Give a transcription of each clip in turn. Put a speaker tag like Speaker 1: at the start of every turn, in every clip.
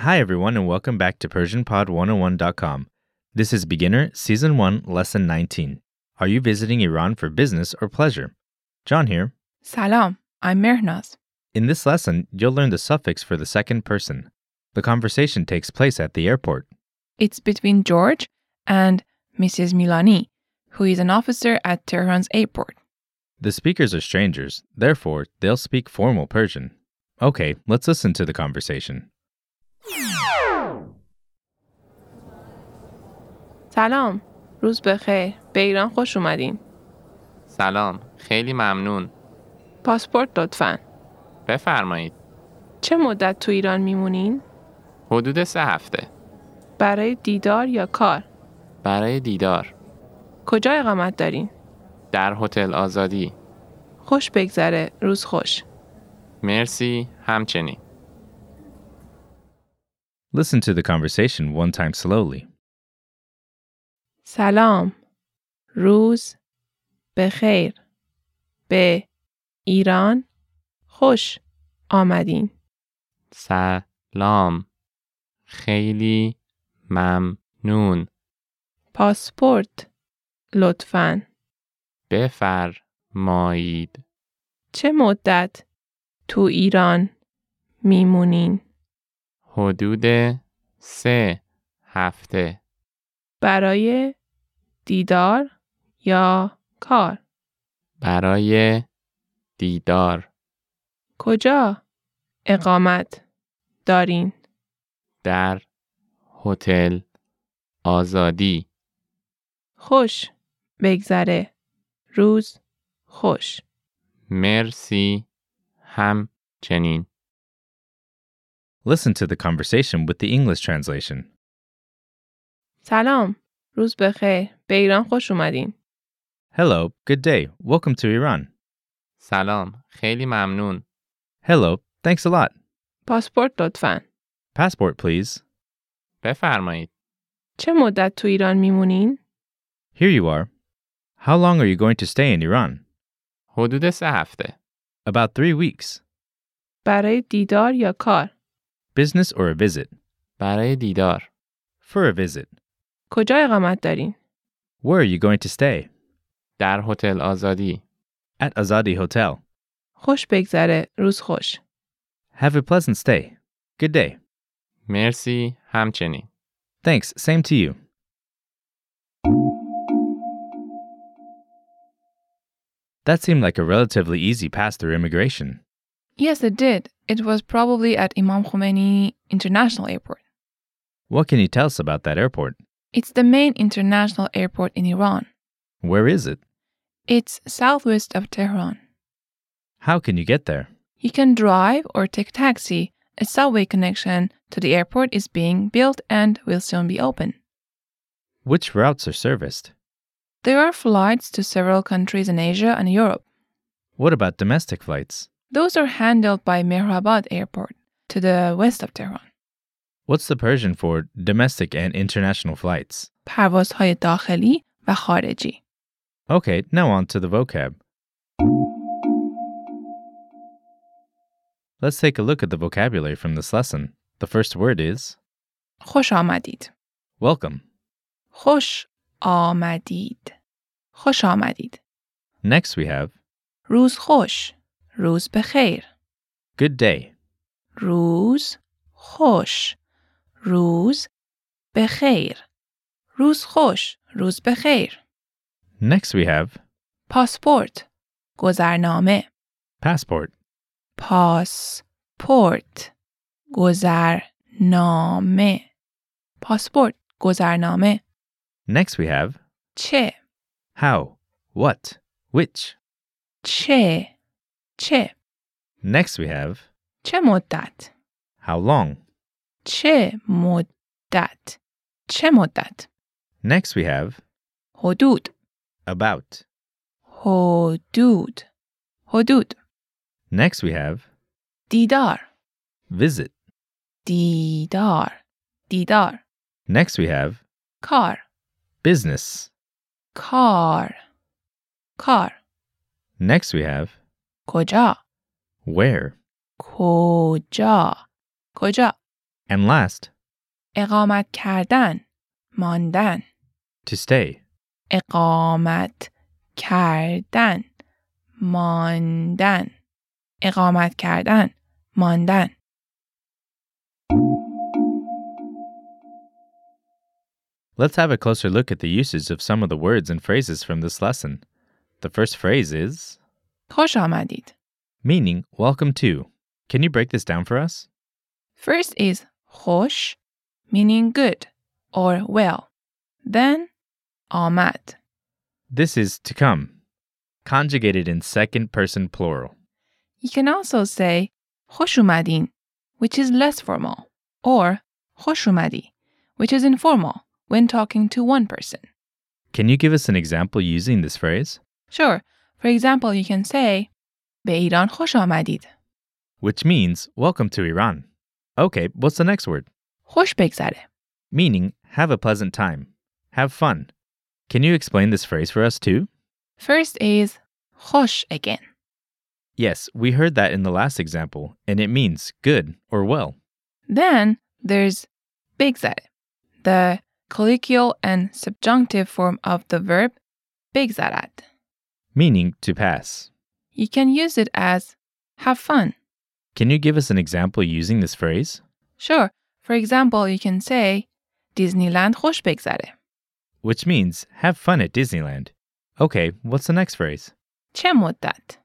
Speaker 1: Hi, everyone, and welcome back to PersianPod101.com. This is Beginner, Season 1, Lesson 19. Are you visiting Iran for business or pleasure? John here.
Speaker 2: Salam, I'm Mehrnaz.
Speaker 1: In this lesson, you'll learn the suffix for the second person. The conversation takes place at the airport.
Speaker 2: It's between George and Mrs. Milani, who is an officer at Tehran's airport.
Speaker 1: The speakers are strangers, therefore, they'll speak formal Persian. Okay, let's listen to the conversation.
Speaker 2: سلام، روز بخیر. به ایران خوش اومدین.
Speaker 3: سلام خیلی ممنون
Speaker 2: پاسپورت لطفاً.
Speaker 3: بفرمایید
Speaker 2: چه مدت تو ایران میمونین؟
Speaker 3: حدود سه هفته
Speaker 2: برای دیدار یا کار؟
Speaker 3: برای دیدار
Speaker 2: کجا اقامت دارین؟
Speaker 3: در هتل آزادی
Speaker 2: خوش بگذره، روز خوش.
Speaker 3: مرسی همچنین
Speaker 1: Listen to the conversation one time slowly.
Speaker 2: سلام، روز بخیر. به ایران خوش آمدین.
Speaker 3: سلام خیلی ممنون
Speaker 2: پاسپورت لطفاً.
Speaker 3: بفرمایید
Speaker 2: چه مدت تو ایران میمونین
Speaker 3: حدود سه هفته
Speaker 2: برای دیدار یا کار
Speaker 3: برای دیدار
Speaker 2: کجا اقامت دارین
Speaker 3: در هتل آزادی
Speaker 2: خوش بگذره روز خوش
Speaker 3: مرسی همچنین
Speaker 1: Listen to the conversation with the English translation.
Speaker 2: سلام روز بخیر به ایران خوش اومدین
Speaker 1: Hello, good day. Welcome to Iran.
Speaker 3: سلام خیلی ممنون
Speaker 1: Hello, thanks a lot.
Speaker 2: پاسپورت لطفاً
Speaker 1: Passport, please.
Speaker 3: بفرمایید
Speaker 2: چه مدت تو ایران میمونین
Speaker 1: Here you are. How long are you going to stay in Iran?
Speaker 3: حدود سه هفته
Speaker 1: About three weeks.
Speaker 2: برای دیدار یا کار
Speaker 1: Business or a visit?
Speaker 3: برای دیدار
Speaker 1: For a visit.
Speaker 2: کجا اقامت دارین
Speaker 1: Where are you going to stay?
Speaker 3: در هتل آزادی
Speaker 1: At Azadi Hotel.
Speaker 2: خوش بگذره روز خوش
Speaker 1: Have a pleasant stay. Good day.
Speaker 3: مرسی همچنین
Speaker 1: Thanks, same to you. That seemed like a relatively easy pass through immigration.
Speaker 2: Yes, it did. It was probably at Imam Khomeini International Airport.
Speaker 1: What can you tell us about that airport?
Speaker 2: It's the main international airport in Iran.
Speaker 1: Where is it?
Speaker 2: It's southwest of Tehran.
Speaker 1: How can you get there?
Speaker 2: You can drive or take taxi. A subway connection to the airport is being built and will soon be open.
Speaker 1: Which routes are serviced?
Speaker 2: There are flights to several countries in Asia and Europe.
Speaker 1: What about domestic flights?
Speaker 2: Those are handled by Mehrabad Airport to the west of Tehran.
Speaker 1: What's the Persian for domestic and international flights?
Speaker 2: پروازهای داخلی و خارجی.
Speaker 1: Okay, now on to the vocab. Let's take a look at the vocabulary from this lesson. The first word is
Speaker 2: خوش آمدید.
Speaker 1: welcome.
Speaker 2: خوش آمدید. خوش آمدید.
Speaker 1: Next we have
Speaker 2: روز خوش. روز بخیر.
Speaker 1: good day.
Speaker 2: روز خوش. روز بخیر. روز خوش. روز بخیر.
Speaker 1: Next we have
Speaker 2: پاسپورت. گذرنامه.
Speaker 1: passport.
Speaker 2: پاسپورت. گذرنامه. پاسپورت. گذرنامه.
Speaker 1: Next we have
Speaker 2: چه؟
Speaker 1: how, what, which.
Speaker 2: چه؟ چه؟
Speaker 1: Next we have
Speaker 2: چه مدت؟
Speaker 1: how long.
Speaker 2: چه مدت؟ چه مدت؟
Speaker 1: Next we have
Speaker 2: حدود.
Speaker 1: about.
Speaker 2: حدود. حدود.
Speaker 1: Next we have
Speaker 2: دیدار.
Speaker 1: visit.
Speaker 2: دیدار دیدار
Speaker 1: Next we have
Speaker 2: کار
Speaker 1: business.
Speaker 2: کار کار
Speaker 1: Next we have
Speaker 2: کجا
Speaker 1: where.
Speaker 2: کجا کجا
Speaker 1: And last,
Speaker 2: اقامت کردن ماندن
Speaker 1: to stay.
Speaker 2: اقامت کردن ماندن اقامت کردن ماندن
Speaker 1: Let's have a closer look at the usage of some of the words and phrases from this lesson. The first phrase is
Speaker 2: خوش آمدید
Speaker 1: meaning welcome to. Can you break this down for us?
Speaker 2: First is خوش meaning good or well. Then آمد.
Speaker 1: This is to come, conjugated in second person plural.
Speaker 2: You can also say خوش اومدین which is less formal or خوش اومدی which is informal when talking to one person.
Speaker 1: Can you give us an example using this phrase?
Speaker 2: Sure, for example you can say به ایران خوش آمدید.
Speaker 1: Which means welcome to Iran. Okay, what's the next word?
Speaker 2: خوش بگذره.
Speaker 1: Meaning have a pleasant time, have fun. Can you explain this phrase for us too?
Speaker 2: First is خوش again.
Speaker 1: Yes, we heard that in the last example, and it means good or well.
Speaker 2: Then there's بگذره, the colloquial and subjunctive form of the verb بگذرد.
Speaker 1: meaning to pass.
Speaker 2: You can use it as have fun.
Speaker 1: Can you give us an example using this phrase?
Speaker 2: Sure, for example, you can say Disneyland خوش بگذره.
Speaker 1: Which means have fun at Disneyland. Okay, what's the next phrase?
Speaker 2: چه مدت؟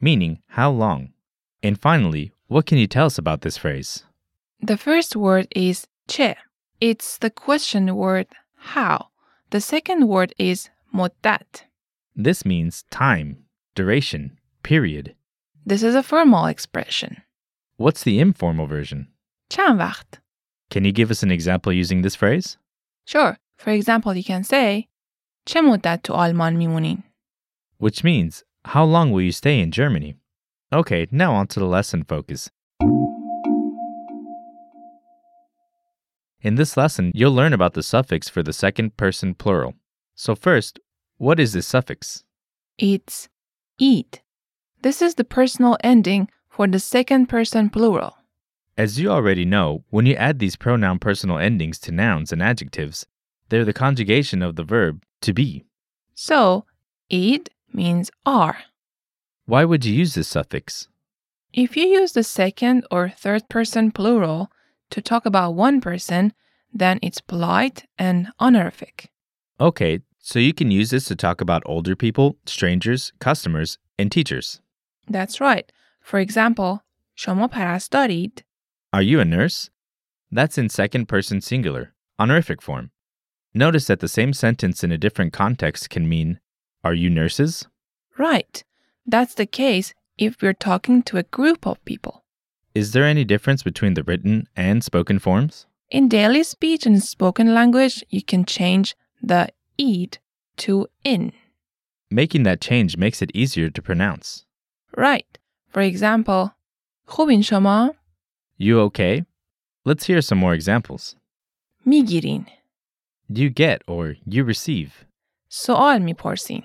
Speaker 1: Meaning how long. And finally, what can you tell us about this phrase?
Speaker 2: The first word is چه. It's the question word how. The second word is مدت.
Speaker 1: This means time, duration, period.
Speaker 2: This is a formal expression.
Speaker 1: What's the informal version?
Speaker 2: چند وقت؟
Speaker 1: Can you give us an example using this phrase?
Speaker 2: Sure, for example, you can say چه مدت تو آلمان میمونین؟
Speaker 1: Which means how long will you stay in Germany? Okay, now on to the lesson focus. In this lesson, you'll learn about the suffix for the second person plural. So, first, what is this suffix?
Speaker 2: It's eat. This is the personal ending for the second person plural.
Speaker 1: As you already know, when you add these pronoun personal endings to nouns and adjectives, they're the conjugation of the verb to be.
Speaker 2: So, eat means are.
Speaker 1: Why would you use this suffix?
Speaker 2: If you use the second or third person plural to talk about one person, then it's polite and honorific.
Speaker 1: Okay, so you can use this to talk about older people, strangers, customers, and teachers.
Speaker 2: That's right. For example, شما پرست دارید؟
Speaker 1: Are you a nurse? That's in second person singular, honorific form. Notice that the same sentence in a different context can mean, Are you nurses?
Speaker 2: Right. That's the case if we're talking to a group of people.
Speaker 1: Is there any difference between the written and spoken forms?
Speaker 2: In daily speech and spoken language, you can change the eat to in.
Speaker 1: Making that change makes it easier to pronounce.
Speaker 2: Right. For example, خوبین شما
Speaker 1: You okay? Let's hear some more examples.
Speaker 2: میگیرین.
Speaker 1: You get or you receive.
Speaker 2: سوال میپرسین.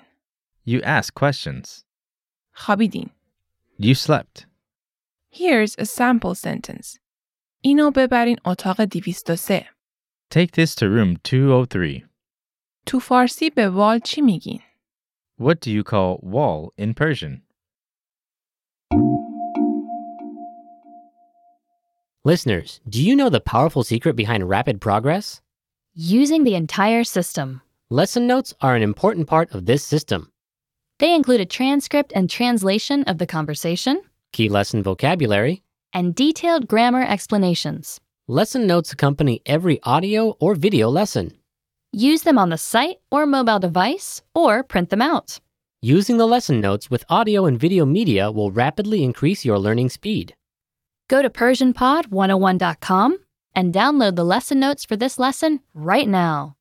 Speaker 1: You ask questions.
Speaker 2: خوابیدین.
Speaker 1: You slept.
Speaker 2: Here's a sample sentence. اینو ببرین اتاق 203.
Speaker 1: Take this to room 203.
Speaker 2: تو فارسی به وال چی میگین؟
Speaker 1: What do you call wall in Persian?
Speaker 4: Listeners, do you know the powerful secret behind rapid progress?
Speaker 5: using the entire system.
Speaker 4: Lesson notes are an important part of this system.
Speaker 5: They include a transcript and translation of the conversation
Speaker 4: Key lesson vocabulary.
Speaker 5: and detailed grammar explanations.
Speaker 4: Lesson notes accompany every audio or video lesson.
Speaker 5: Use them on the site or mobile device or print them out.
Speaker 4: Using the lesson notes with audio and video media will rapidly increase your learning speed.
Speaker 5: Go to PersianPod101.com and download the lesson notes for this lesson right now.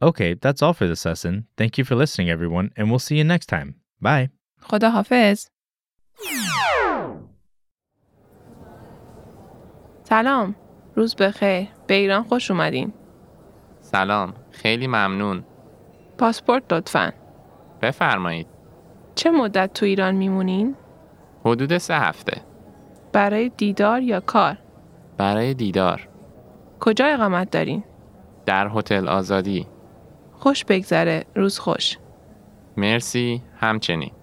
Speaker 1: Okay, that's all for this lesson. Thank you for listening, everyone, and we'll see you next time. Bye.
Speaker 2: خدا حافظ. سلام. روز بخیر. به ایران خوش اومدین.
Speaker 3: سلام خیلی ممنون
Speaker 2: پاسپورت لطفاً.
Speaker 3: بفرمایید
Speaker 2: چه مدت تو ایران میمونین؟
Speaker 3: حدود سه هفته
Speaker 2: برای دیدار یا کار؟
Speaker 3: برای دیدار
Speaker 2: کجا اقامت دارین؟
Speaker 3: در هتل آزادی
Speaker 2: خوش بگذره. روز خوش.
Speaker 3: مرسی همچنین